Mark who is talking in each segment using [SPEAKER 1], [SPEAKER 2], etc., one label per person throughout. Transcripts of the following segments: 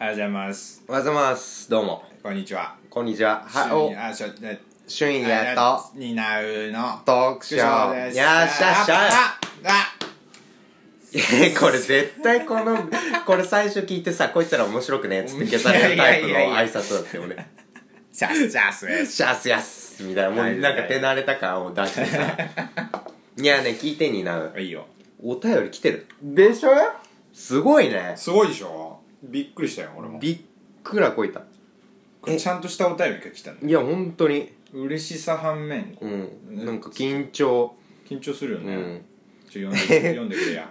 [SPEAKER 1] おはようございます。
[SPEAKER 2] おはようございます。どうも。
[SPEAKER 1] こんにちは。
[SPEAKER 2] こんにちは。はい、
[SPEAKER 1] 趣
[SPEAKER 2] お
[SPEAKER 1] 味、あ、しょ、え、
[SPEAKER 2] 俊也と、
[SPEAKER 1] になうの、
[SPEAKER 2] トークショー。
[SPEAKER 1] です。
[SPEAKER 2] やっしゃっしゃ
[SPEAKER 1] ああ
[SPEAKER 2] い。これ絶対この、これ最初聞いてさ、こいつら面白くねっつって消されるタイプの
[SPEAKER 1] いやいやいやい
[SPEAKER 2] 挨拶だったよね。
[SPEAKER 1] シャスシャスです。
[SPEAKER 2] シャスヤスみたいな、も
[SPEAKER 1] はいう
[SPEAKER 2] なんか手慣れた感を出してさ。いやね、聞いてになう。
[SPEAKER 1] いいよ。
[SPEAKER 2] お便り来てる。
[SPEAKER 1] でしょ
[SPEAKER 2] すごいね。
[SPEAKER 1] すごいでしょびっくりしたよ、俺も。
[SPEAKER 2] びっくらこいた。
[SPEAKER 1] これちゃんとしたお便りが来たの。
[SPEAKER 2] いや、本当に。
[SPEAKER 1] 嬉しさ反面、
[SPEAKER 2] うん。なんか緊張。
[SPEAKER 1] 緊張するよ
[SPEAKER 2] う
[SPEAKER 1] ね
[SPEAKER 2] ん。。
[SPEAKER 1] ちょ、読んで、読んでく れや。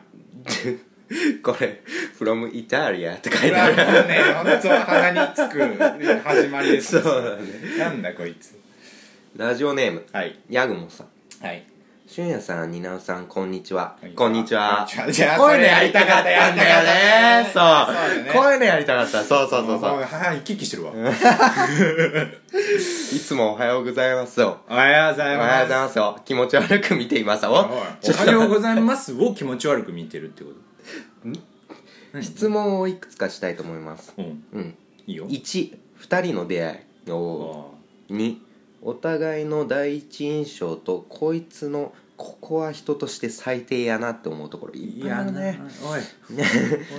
[SPEAKER 2] これ、from Italia って書
[SPEAKER 1] こ
[SPEAKER 2] い
[SPEAKER 1] れ
[SPEAKER 2] てあ
[SPEAKER 1] は
[SPEAKER 2] る
[SPEAKER 1] も。うね、ほんと鼻につく始まりです。
[SPEAKER 2] そうだね
[SPEAKER 1] なんだこいつ。
[SPEAKER 2] ラジオネーム、
[SPEAKER 1] はい。
[SPEAKER 2] ヤグモさん。
[SPEAKER 1] はい。
[SPEAKER 2] 俊也さん、になおさん、こんにちは
[SPEAKER 1] はい。
[SPEAKER 2] こんにちは。
[SPEAKER 1] こんにちは
[SPEAKER 2] こういうのやりたかったんだよね。
[SPEAKER 1] そ
[SPEAKER 2] そうう。
[SPEAKER 1] そう
[SPEAKER 2] こういうのやりたかった。そうそうそうそう。
[SPEAKER 1] う。母生き生きしてるわ。
[SPEAKER 2] いつもおはようございますよ。
[SPEAKER 1] おはようござ
[SPEAKER 2] お
[SPEAKER 1] い
[SPEAKER 2] はよう
[SPEAKER 1] ま
[SPEAKER 2] ご
[SPEAKER 1] す
[SPEAKER 2] ざいますよ。気持ち悪く見ていますよ。お
[SPEAKER 1] おはようございますを気持ち悪く見てるってこ
[SPEAKER 2] 質問をいくつかしたいと思います。
[SPEAKER 1] とうん
[SPEAKER 2] うん。
[SPEAKER 1] いいよ
[SPEAKER 2] 1、二人の出会い。お2、お互いの第一印象と、こいつの、ここは人として最低やなって思うところ。い
[SPEAKER 1] い
[SPEAKER 2] っぱいあ
[SPEAKER 1] や
[SPEAKER 2] る
[SPEAKER 1] な
[SPEAKER 2] ね。
[SPEAKER 1] おい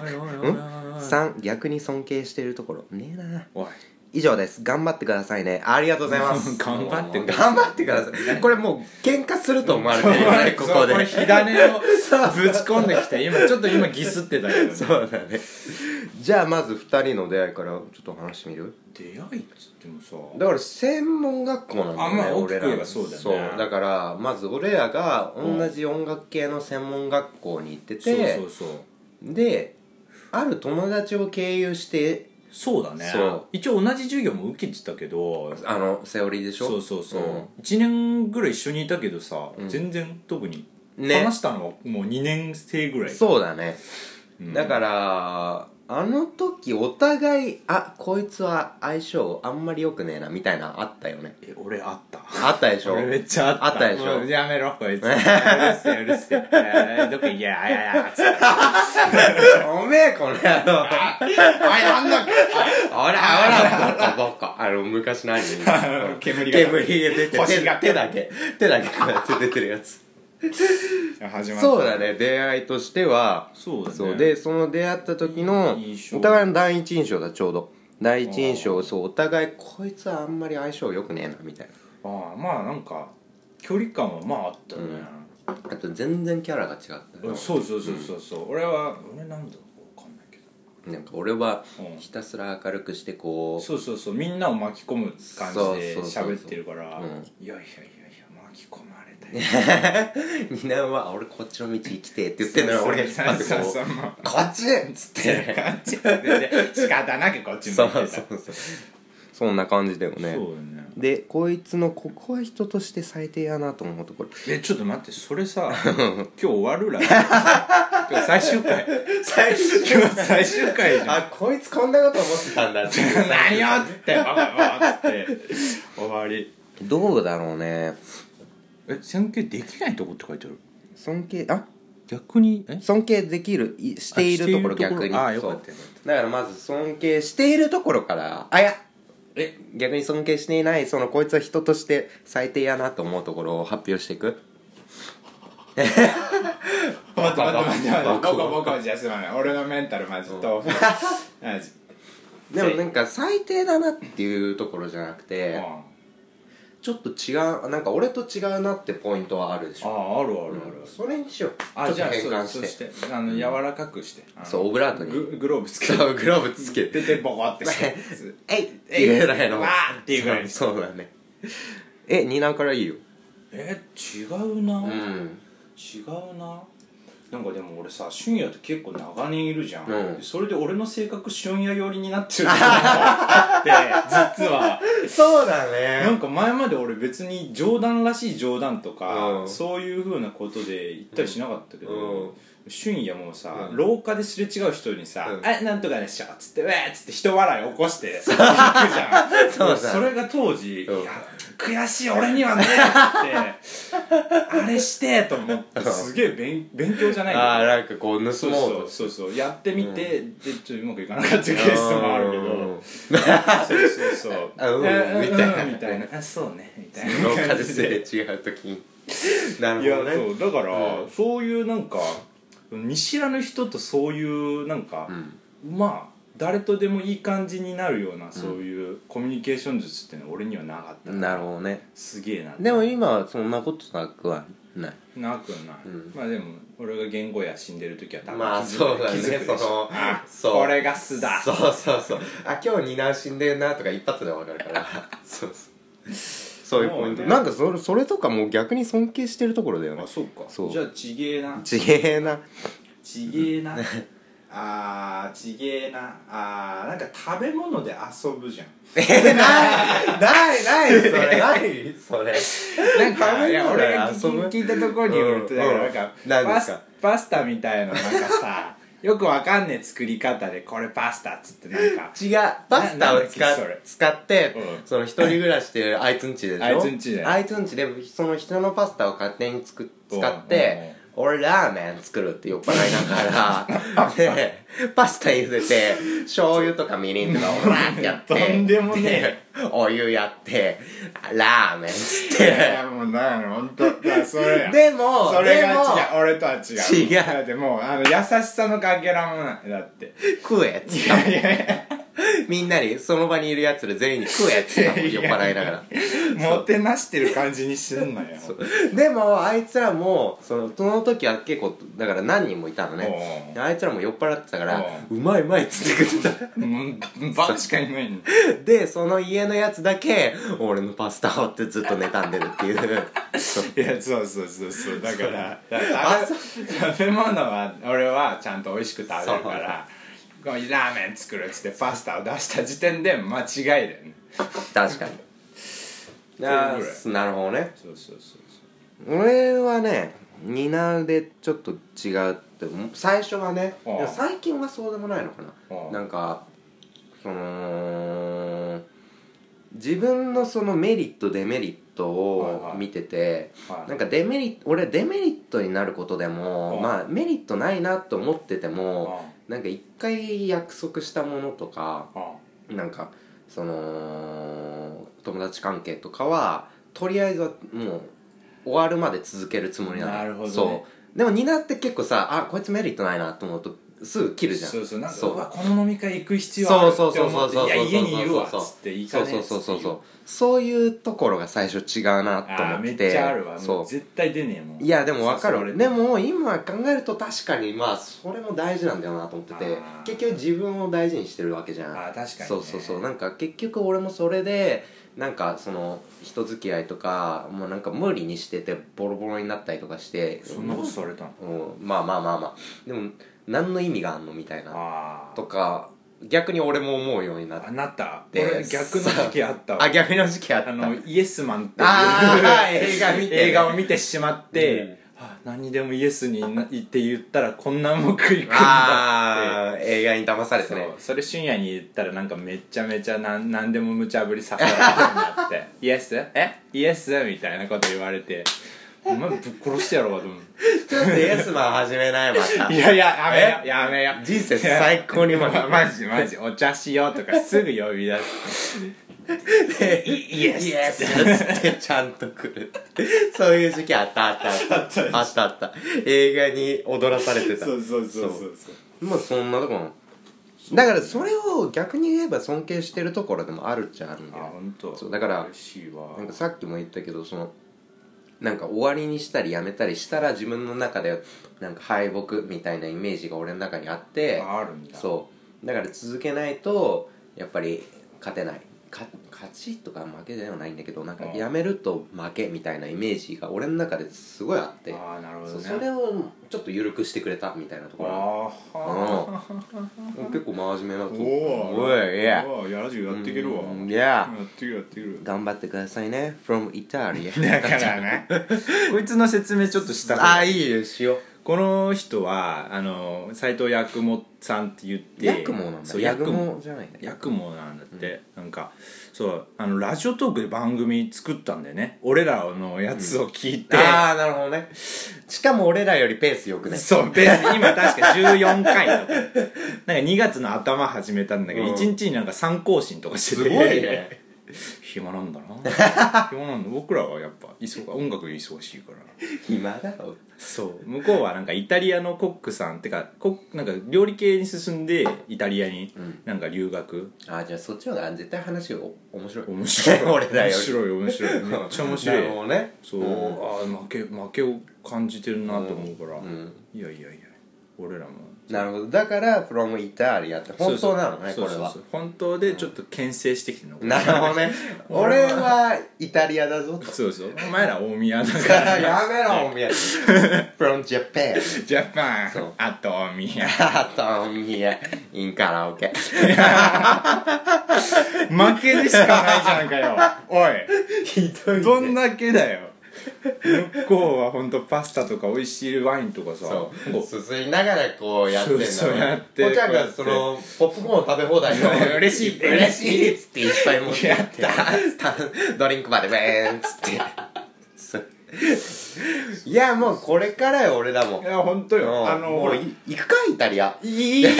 [SPEAKER 1] おいおいおいおいおい
[SPEAKER 2] 3、逆に尊敬してるところ。ねえな。
[SPEAKER 1] おい
[SPEAKER 2] 以上です頑張ってくださいねありがとうございま す
[SPEAKER 1] 頑張ってくださ
[SPEAKER 2] 頑張ってくださいこれもう喧嘩すると思われてるよねここで
[SPEAKER 1] そう 火種をぶち込んできて今ちょっと今ギスってたけどね
[SPEAKER 2] そうだねじゃあまず2人の出会いからちょっと話してみる
[SPEAKER 1] 出会いっつってもさ
[SPEAKER 2] だから専門学校なんだよね、
[SPEAKER 1] あまあ
[SPEAKER 2] 俺
[SPEAKER 1] 大き
[SPEAKER 2] ら
[SPEAKER 1] く言えばそうだよね
[SPEAKER 2] だからまず俺らが同じ音楽系の専門学校に行って
[SPEAKER 1] そう
[SPEAKER 2] て
[SPEAKER 1] そうそう
[SPEAKER 2] である友達を経由して
[SPEAKER 1] そうだね
[SPEAKER 2] そう
[SPEAKER 1] 一応同じ授業も受けてたけど
[SPEAKER 2] あのセオリーでしょ
[SPEAKER 1] そうそうそう、
[SPEAKER 2] ん
[SPEAKER 1] 1年ぐらい一緒にいたけどさ、全然特に、
[SPEAKER 2] ね
[SPEAKER 1] 話したのはもう2年生ぐらい
[SPEAKER 2] そうだね、
[SPEAKER 1] うん
[SPEAKER 2] だからあの時お互いあこいつは相性あんまり良くねえなみたいなあったよね
[SPEAKER 1] え俺あった
[SPEAKER 2] あったでしょ
[SPEAKER 1] 俺めっちゃあった
[SPEAKER 2] あったでしょ
[SPEAKER 1] もうやめろこ いつうるせえうるせええーどっかいやあやあやつって
[SPEAKER 2] おめえこの野郎
[SPEAKER 1] あやんだっ
[SPEAKER 2] ほらほらボコボコあの昔のアニメ
[SPEAKER 1] 煙が
[SPEAKER 2] 煙出て
[SPEAKER 1] 星
[SPEAKER 2] 手
[SPEAKER 1] が
[SPEAKER 2] 手だけ手だけこうやって出てるやつ
[SPEAKER 1] け始まった
[SPEAKER 2] そうだね出会いとしては
[SPEAKER 1] そうだね
[SPEAKER 2] そうでその出会った時の
[SPEAKER 1] 印象
[SPEAKER 2] お互いの第一印象だちょうど第一印象そうお互いこいつはあんまり相性良くねえなみたいな
[SPEAKER 1] ああまあなんか距離感はまああったね、
[SPEAKER 2] あと全然キャラが違った
[SPEAKER 1] うんそうそうそうそうそう、俺は俺なんだかわかんないけど
[SPEAKER 2] なんか俺は
[SPEAKER 1] うん
[SPEAKER 2] ひたすら明るくしてこう
[SPEAKER 1] そうそうそうみんなを巻き込む感じで
[SPEAKER 2] そうそうそうそう
[SPEAKER 1] 喋ってるから
[SPEAKER 2] うん
[SPEAKER 1] いやいやいやいや巻き込ま れたよ
[SPEAKER 2] みんなはあ「俺こっちの道行きて」って言ってんのに
[SPEAKER 1] そう
[SPEAKER 2] 俺が引っ張ってこ
[SPEAKER 1] そう
[SPEAKER 2] う
[SPEAKER 1] そうそう
[SPEAKER 2] 「こっち!」っつっ て
[SPEAKER 1] 感じでね仕方なくこっち向いて
[SPEAKER 2] そ
[SPEAKER 1] た
[SPEAKER 2] うそうそうそんな感じだよね
[SPEAKER 1] そうだね
[SPEAKER 2] でこいつのここは人として最低やなと思うところ
[SPEAKER 1] えちょっと待ってそれさ今日終わるらしい今日最終回
[SPEAKER 2] 最
[SPEAKER 1] 今日最終回じゃん
[SPEAKER 2] あこいつこんなこと思ってたんだって
[SPEAKER 1] 何よっつってバカバカっつって終わり
[SPEAKER 2] どうだろうね
[SPEAKER 1] え尊敬できないとこって書いてある
[SPEAKER 2] 尊敬あ
[SPEAKER 1] 逆にえ
[SPEAKER 2] 尊敬できるいしているところ
[SPEAKER 1] あしているところ
[SPEAKER 2] 逆に
[SPEAKER 1] あよか
[SPEAKER 2] そ
[SPEAKER 1] っ
[SPEAKER 2] う
[SPEAKER 1] たよかっ
[SPEAKER 2] だからまず尊敬しているところからあいや
[SPEAKER 1] え
[SPEAKER 2] 逆に尊敬していないそのこいつは人として最低やなと思うところを発表していく
[SPEAKER 1] 待って待って待って待って
[SPEAKER 2] バ
[SPEAKER 1] ボ
[SPEAKER 2] カ
[SPEAKER 1] コボコじゃ済まない俺のメンタルマジとマジ
[SPEAKER 2] でもなんか最低だなっていうところじゃなく
[SPEAKER 1] うん
[SPEAKER 2] て
[SPEAKER 1] あ
[SPEAKER 2] ちょっと違うなんか俺と違うなってポイントはあるでしょ
[SPEAKER 1] ああるあるある
[SPEAKER 2] それにしようちょ
[SPEAKER 1] あ
[SPEAKER 2] っ
[SPEAKER 1] じ
[SPEAKER 2] と
[SPEAKER 1] ゃあ
[SPEAKER 2] 変換
[SPEAKER 1] そ
[SPEAKER 2] し
[SPEAKER 1] う
[SPEAKER 2] て
[SPEAKER 1] そしてあの柔らかくしてあの
[SPEAKER 2] そうオブラートに
[SPEAKER 1] ググローブつけて
[SPEAKER 2] そうグローブつけて
[SPEAKER 1] 出てボコってして
[SPEAKER 2] えいっていうぐらいの
[SPEAKER 1] わーっていうぐらいに
[SPEAKER 2] そうそうだねえ二段からいいよ
[SPEAKER 1] え違うな、
[SPEAKER 2] うん
[SPEAKER 1] 違うななんかでも俺さ俊也と結構長年いるじゃん、
[SPEAKER 2] うん
[SPEAKER 1] それで俺の性格俊也寄りになってるっていうのもあって 実は
[SPEAKER 2] そうだね
[SPEAKER 1] なんか前まで俺別に冗談らしい冗談とか、
[SPEAKER 2] うん
[SPEAKER 1] そういうふうなことで言ったりしなかったけど、
[SPEAKER 2] うん
[SPEAKER 1] 俊也もさ、
[SPEAKER 2] うん
[SPEAKER 1] 廊下ですれ違う人にさ「
[SPEAKER 2] うん
[SPEAKER 1] あなんとかでしょ」っつって「うわーっつって人笑い起こして行くじゃん
[SPEAKER 2] そうだ
[SPEAKER 1] 俺れが当時、
[SPEAKER 2] うん
[SPEAKER 1] いや悔しい俺にはね っつってあれしてと思ってすげえ勉勉強じゃないけど
[SPEAKER 2] ああなんかこう盗
[SPEAKER 1] そう
[SPEAKER 2] もう
[SPEAKER 1] そう
[SPEAKER 2] と
[SPEAKER 1] そうそうやってみて、でちょっとうまくいかなかったケースもあるけどそうそうそう
[SPEAKER 2] あうん
[SPEAKER 1] え
[SPEAKER 2] みたいな
[SPEAKER 1] うんみたいなあそうねみたい
[SPEAKER 2] 廊
[SPEAKER 1] な
[SPEAKER 2] 下
[SPEAKER 1] 感
[SPEAKER 2] で
[SPEAKER 1] じ
[SPEAKER 2] す
[SPEAKER 1] で
[SPEAKER 2] れ違う時になる
[SPEAKER 1] いや
[SPEAKER 2] ほどね
[SPEAKER 1] そうだから、
[SPEAKER 2] うん
[SPEAKER 1] そういうなんか見知らぬ人とそういうなんか
[SPEAKER 2] う、ん
[SPEAKER 1] まあ誰とでもいい感じになるようなそういうコミュニケーション術っていうのは俺にはなかった
[SPEAKER 2] なるほどね
[SPEAKER 1] すげえな
[SPEAKER 2] でも今はそんなことなくはない
[SPEAKER 1] なくはない、
[SPEAKER 2] うん
[SPEAKER 1] まあでも俺が言語や死んでる時は多分
[SPEAKER 2] まあ
[SPEAKER 1] 気づ
[SPEAKER 2] そうだ
[SPEAKER 1] 気
[SPEAKER 2] ね
[SPEAKER 1] づくでし
[SPEAKER 2] そ
[SPEAKER 1] ょ
[SPEAKER 2] の
[SPEAKER 1] あ
[SPEAKER 2] そう
[SPEAKER 1] これが素だ
[SPEAKER 2] そうそうそうあ今日二男死んでるなとか一発でわかるから そうそうそういうポイント、
[SPEAKER 1] そうね
[SPEAKER 2] なんかそれそれとかもう逆に尊敬してるところだよね
[SPEAKER 1] あそうか
[SPEAKER 2] そう
[SPEAKER 1] じゃあちげえな
[SPEAKER 2] ちげえな
[SPEAKER 1] ちげえなあーちげえなあーなんか食べ物で遊ぶじゃん
[SPEAKER 2] えないないないそれないそ
[SPEAKER 1] な
[SPEAKER 2] れ
[SPEAKER 1] ん
[SPEAKER 2] 食
[SPEAKER 1] か、
[SPEAKER 2] べ
[SPEAKER 1] いや、
[SPEAKER 2] 物
[SPEAKER 1] 俺
[SPEAKER 2] で
[SPEAKER 1] が
[SPEAKER 2] 遊ぶ
[SPEAKER 1] 聞いたところによると、
[SPEAKER 2] うん
[SPEAKER 1] だからなんか、
[SPEAKER 2] うん何
[SPEAKER 1] パ
[SPEAKER 2] です
[SPEAKER 1] ス
[SPEAKER 2] か
[SPEAKER 1] パスタみたいな、なんかさ、 よくわかんねえ作り方で、これパスタっつって、なんか、
[SPEAKER 2] 違うパ
[SPEAKER 1] なな
[SPEAKER 2] スタを使
[SPEAKER 1] んだっ
[SPEAKER 2] っ
[SPEAKER 1] けそれ
[SPEAKER 2] 使って、
[SPEAKER 1] うん
[SPEAKER 2] その一人暮らしであいつんちでしょ
[SPEAKER 1] あいつんちで
[SPEAKER 2] あいつんちでその人のパスタを勝手につく使って、俺ラーメン作るって酔っ払いな がらでパスタ茹でて醤油とかみりんとかをラーってやって
[SPEAKER 1] とんでもね
[SPEAKER 2] でお湯やってラーメンつっ
[SPEAKER 1] いやい
[SPEAKER 2] て
[SPEAKER 1] や、もう、なんや、ほんと、だからそれや。
[SPEAKER 2] でも
[SPEAKER 1] それが
[SPEAKER 2] で
[SPEAKER 1] 違
[SPEAKER 2] も
[SPEAKER 1] う、俺とは違う。
[SPEAKER 2] 違う
[SPEAKER 1] だってもう、あの、優しさのかけらもない。だって。
[SPEAKER 2] 食えっつっ
[SPEAKER 1] い
[SPEAKER 2] たもん
[SPEAKER 1] やいやい
[SPEAKER 2] みんなにその場にいるやつら全員に食えっつったもん酔っ払いながら。
[SPEAKER 1] や、もてなしてる感じにすんなよ。
[SPEAKER 2] でもあいつらもそのその時は結構だから何人もいたの
[SPEAKER 1] おう
[SPEAKER 2] ねであいつらも酔っ払ってたから
[SPEAKER 1] お
[SPEAKER 2] うまいうまいっつって食って
[SPEAKER 1] うん、バカしかいないの。
[SPEAKER 2] たでその家のやつだけ俺のパスタをってずっと妬んでるっていうそう
[SPEAKER 1] いやそうそうそうそうだからだから食べ食べ物は俺はちゃんと美味しく食べるからこうラーメン作るっつってパスタを出した時点で間違いだよね
[SPEAKER 2] 確かに
[SPEAKER 1] らい
[SPEAKER 2] あーなるほどね
[SPEAKER 1] そうそうそうそ
[SPEAKER 2] 俺はね担うでちょっと違うって最初はね
[SPEAKER 1] ああ
[SPEAKER 2] でも最近はそうでもないのか
[SPEAKER 1] ああ
[SPEAKER 2] ななんかその自分のそのメリットデメリット
[SPEAKER 1] はいは
[SPEAKER 2] を
[SPEAKER 1] い
[SPEAKER 2] 見てて
[SPEAKER 1] はい
[SPEAKER 2] なんかデメリット俺デメリットになることで
[SPEAKER 1] あ
[SPEAKER 2] も
[SPEAKER 1] あ
[SPEAKER 2] まあメリットないなと思ってても
[SPEAKER 1] あ
[SPEAKER 2] なんか一回約束したものとか
[SPEAKER 1] あ
[SPEAKER 2] なんかその友達関係とかはとりあえずはもう終わるまで続けるつもりなの
[SPEAKER 1] なるほどね
[SPEAKER 2] そうでもニナって結構さあこいつメリットないなと思うとすぐ切るじゃん
[SPEAKER 1] そうそうなんか
[SPEAKER 2] そう
[SPEAKER 1] うわこの飲み会行く必要あるって
[SPEAKER 2] そう
[SPEAKER 1] 思って
[SPEAKER 2] そうそうそう
[SPEAKER 1] いや家にいるわっ
[SPEAKER 2] そう
[SPEAKER 1] つって行か
[SPEAKER 2] そう
[SPEAKER 1] ねえ
[SPEAKER 2] そ
[SPEAKER 1] っ
[SPEAKER 2] う
[SPEAKER 1] つって
[SPEAKER 2] そうそうそうそういうところが最初違うなと
[SPEAKER 1] あ
[SPEAKER 2] 思
[SPEAKER 1] あ
[SPEAKER 2] っ
[SPEAKER 1] め
[SPEAKER 2] て
[SPEAKER 1] っちゃあるわも
[SPEAKER 2] そう
[SPEAKER 1] う絶対出ねえもん
[SPEAKER 2] いやでも分か
[SPEAKER 1] そうそ
[SPEAKER 2] る
[SPEAKER 1] う
[SPEAKER 2] でも今考えると確かにまあそれも大事なんだよなと思ってて
[SPEAKER 1] あー
[SPEAKER 2] 結局自分を大事にしてるわけじゃん
[SPEAKER 1] あー確かにね
[SPEAKER 2] そうそうそうなんか結局俺もそれでなんかその人付き合いとかもうなんか無理にしててボロボロになったりとかして
[SPEAKER 1] そんなことされたの
[SPEAKER 2] うんまあまあまあまあでも何の意味があんのみたいな
[SPEAKER 1] あ
[SPEAKER 2] とか逆に俺も思うようになっ
[SPEAKER 1] あなった
[SPEAKER 2] て
[SPEAKER 1] 俺逆の時期あったわ
[SPEAKER 2] あ逆の時期あった
[SPEAKER 1] あのイエスマンっていう
[SPEAKER 2] あー映画見てね
[SPEAKER 1] 映画を見てしまって、
[SPEAKER 2] うん
[SPEAKER 1] あ何にでもイエスになって言ったらこんなうまくいくんだっ
[SPEAKER 2] あー映画に騙され
[SPEAKER 1] て
[SPEAKER 2] て
[SPEAKER 1] そう
[SPEAKER 2] ね
[SPEAKER 1] それ俊也に言ったらなんかめちゃめちゃなん何でも無茶ぶりさせられてるんだって イエスえイエスみたいなこと言われてお前ぶっ殺してやろうかと思う
[SPEAKER 2] ちょっとイエスマン始めないまた
[SPEAKER 1] いやいややめよやめよ
[SPEAKER 2] 人生最高にうまくい
[SPEAKER 1] マジマジお茶しようとかすぐ呼び出す
[SPEAKER 2] イエスイエスつってちゃんと来るそういう時期あったあったあったあったあった映画に踊らされてた
[SPEAKER 1] そうそう
[SPEAKER 2] そう
[SPEAKER 1] そう
[SPEAKER 2] まあそんなとこなのだからそれを逆に言えば尊敬してるところでもあるっちゃあるん
[SPEAKER 1] あ
[SPEAKER 2] だよ
[SPEAKER 1] 本当。
[SPEAKER 2] そうだから
[SPEAKER 1] 嬉しいわ
[SPEAKER 2] なんかさっきも言ったけどそのなんか終わりにしたりやめたりしたら自分の中でなんか敗北みたいなイメージが俺の中にあって
[SPEAKER 1] あるんだ
[SPEAKER 2] そうだから続けないとやっぱり勝てないか勝ちとか負けではないんだけどなんか
[SPEAKER 1] うん
[SPEAKER 2] やめると負けみたいなイメージが俺の中ですごいあって
[SPEAKER 1] ああなるほど
[SPEAKER 2] そう
[SPEAKER 1] ね
[SPEAKER 2] それをちょっと緩くしてくれたみたいなところ
[SPEAKER 1] ああ
[SPEAKER 2] うん結構真面目なこ
[SPEAKER 1] お
[SPEAKER 2] と
[SPEAKER 1] お
[SPEAKER 2] おいいや
[SPEAKER 1] おいやらじやっていけるわ
[SPEAKER 2] う
[SPEAKER 1] や
[SPEAKER 2] んいや
[SPEAKER 1] ってるやってる
[SPEAKER 2] 頑張ってください ね from Italy
[SPEAKER 1] だからねこいつの説明ちょっとした
[SPEAKER 2] あいいよしよう
[SPEAKER 1] この人はあの斎藤八雲さんって言って
[SPEAKER 2] ヤクモなんだ
[SPEAKER 1] そう
[SPEAKER 2] ヤ
[SPEAKER 1] 八
[SPEAKER 2] ク
[SPEAKER 1] 雲
[SPEAKER 2] モじゃないんだ
[SPEAKER 1] ヤクモなんだって、なんかそうあのラジオトークで番組作ったんだよね俺らのやつを聞いて、
[SPEAKER 2] ああなるほどねしかも俺らよりペースよくね
[SPEAKER 1] そう、ベース、今確か14回とか。なんか2月の頭始めたんだけど、
[SPEAKER 2] うん
[SPEAKER 1] 1日になんか3更新とかしてて。
[SPEAKER 2] すごいね。
[SPEAKER 1] 暇なんだな 暇なんだ。僕らはやっぱ、忙音楽忙しいから。
[SPEAKER 2] 暇だろ
[SPEAKER 1] そう。向こうはなんかイタリアのコックさん、てか、コックなんか料理系に進んで、イタリアになんか留 学。
[SPEAKER 2] ああじゃあそっちの方が絶対話お面白い
[SPEAKER 1] 面白い。
[SPEAKER 2] 俺らより
[SPEAKER 1] 面白い、面白い。めっちゃ面白い。
[SPEAKER 2] なるほどね
[SPEAKER 1] そう、あー負け、負けを感じてるなと思うから。
[SPEAKER 2] ん
[SPEAKER 1] いやいやいや、俺らも。
[SPEAKER 2] なるほどだから「from イタリア」って本当なのね
[SPEAKER 1] そうそう
[SPEAKER 2] これは
[SPEAKER 1] そうそう本当でちょっと牽制してきてるの、
[SPEAKER 2] なるほどね 俺はイタリアだぞと
[SPEAKER 1] そうそうお前ら大宮だから
[SPEAKER 2] やめろおみや from Japan
[SPEAKER 1] ジャパン
[SPEAKER 2] そう
[SPEAKER 1] あと大宮
[SPEAKER 2] あとおみや in カラオケ
[SPEAKER 1] 負けでしかないじゃんかよおい
[SPEAKER 2] ひどい
[SPEAKER 1] どんだけだよ向こうは本当パスタとか美味しいワインとかさ
[SPEAKER 2] そうすすりながらこうやってんだろ
[SPEAKER 1] そうそうやって
[SPEAKER 2] こっちゃん
[SPEAKER 1] こうや
[SPEAKER 2] が
[SPEAKER 1] って
[SPEAKER 2] そのポップコーン食べ放題の
[SPEAKER 1] 嬉しい
[SPEAKER 2] 嬉しいっつっていっぱい持ってやってた ドリンクまでウェーンっつってそういやもうこれからよ俺らも
[SPEAKER 1] いや本当
[SPEAKER 2] うん
[SPEAKER 1] よあの
[SPEAKER 2] もうい行くかイタリア
[SPEAKER 1] いいいい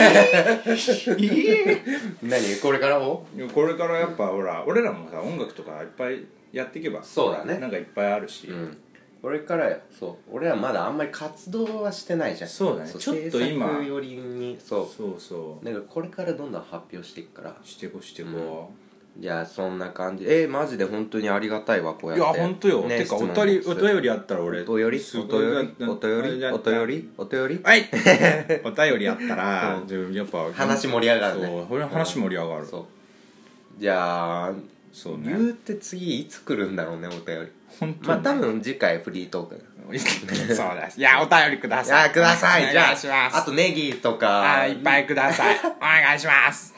[SPEAKER 2] 何これからも
[SPEAKER 1] これからやっぱほら俺らもさ音楽とかいっぱいやっていけば
[SPEAKER 2] そうだね
[SPEAKER 1] なんかいっぱいあるし、
[SPEAKER 2] うんこれからよそう俺らまだあんまり活動はしてないじゃん
[SPEAKER 1] そうだねちょっと今
[SPEAKER 2] 制作よりにそ
[SPEAKER 1] そうそう
[SPEAKER 2] うなんかこれからどんどん発表していくから
[SPEAKER 1] してこしてこ、
[SPEAKER 2] じゃあそんな感じえー、マジで本当にありがたいわこうやっ
[SPEAKER 1] い
[SPEAKER 2] て
[SPEAKER 1] や本当よ、てかおたりお便
[SPEAKER 2] り
[SPEAKER 1] りあったら俺
[SPEAKER 2] お便り
[SPEAKER 1] す
[SPEAKER 2] お
[SPEAKER 1] ごい
[SPEAKER 2] 便りお便り
[SPEAKER 1] あ
[SPEAKER 2] お便りお便り
[SPEAKER 1] はい お便りあったら自分やっぱ
[SPEAKER 2] 話盛り上がるね
[SPEAKER 1] そうこれ話盛り上がる
[SPEAKER 2] そうじゃあ
[SPEAKER 1] そう
[SPEAKER 2] 言
[SPEAKER 1] ね
[SPEAKER 2] うて次いつ来るんだろうねお便り
[SPEAKER 1] 本当
[SPEAKER 2] まあ
[SPEAKER 1] に
[SPEAKER 2] 多分次回フリートーク
[SPEAKER 1] そうですいやお便りくだ
[SPEAKER 2] い
[SPEAKER 1] さい
[SPEAKER 2] やくださいじ
[SPEAKER 1] お
[SPEAKER 2] ゃ
[SPEAKER 1] 願いしま
[SPEAKER 2] ああ
[SPEAKER 1] す
[SPEAKER 2] とネギと
[SPEAKER 1] あ
[SPEAKER 2] か
[SPEAKER 1] いっぱいくださいお願いします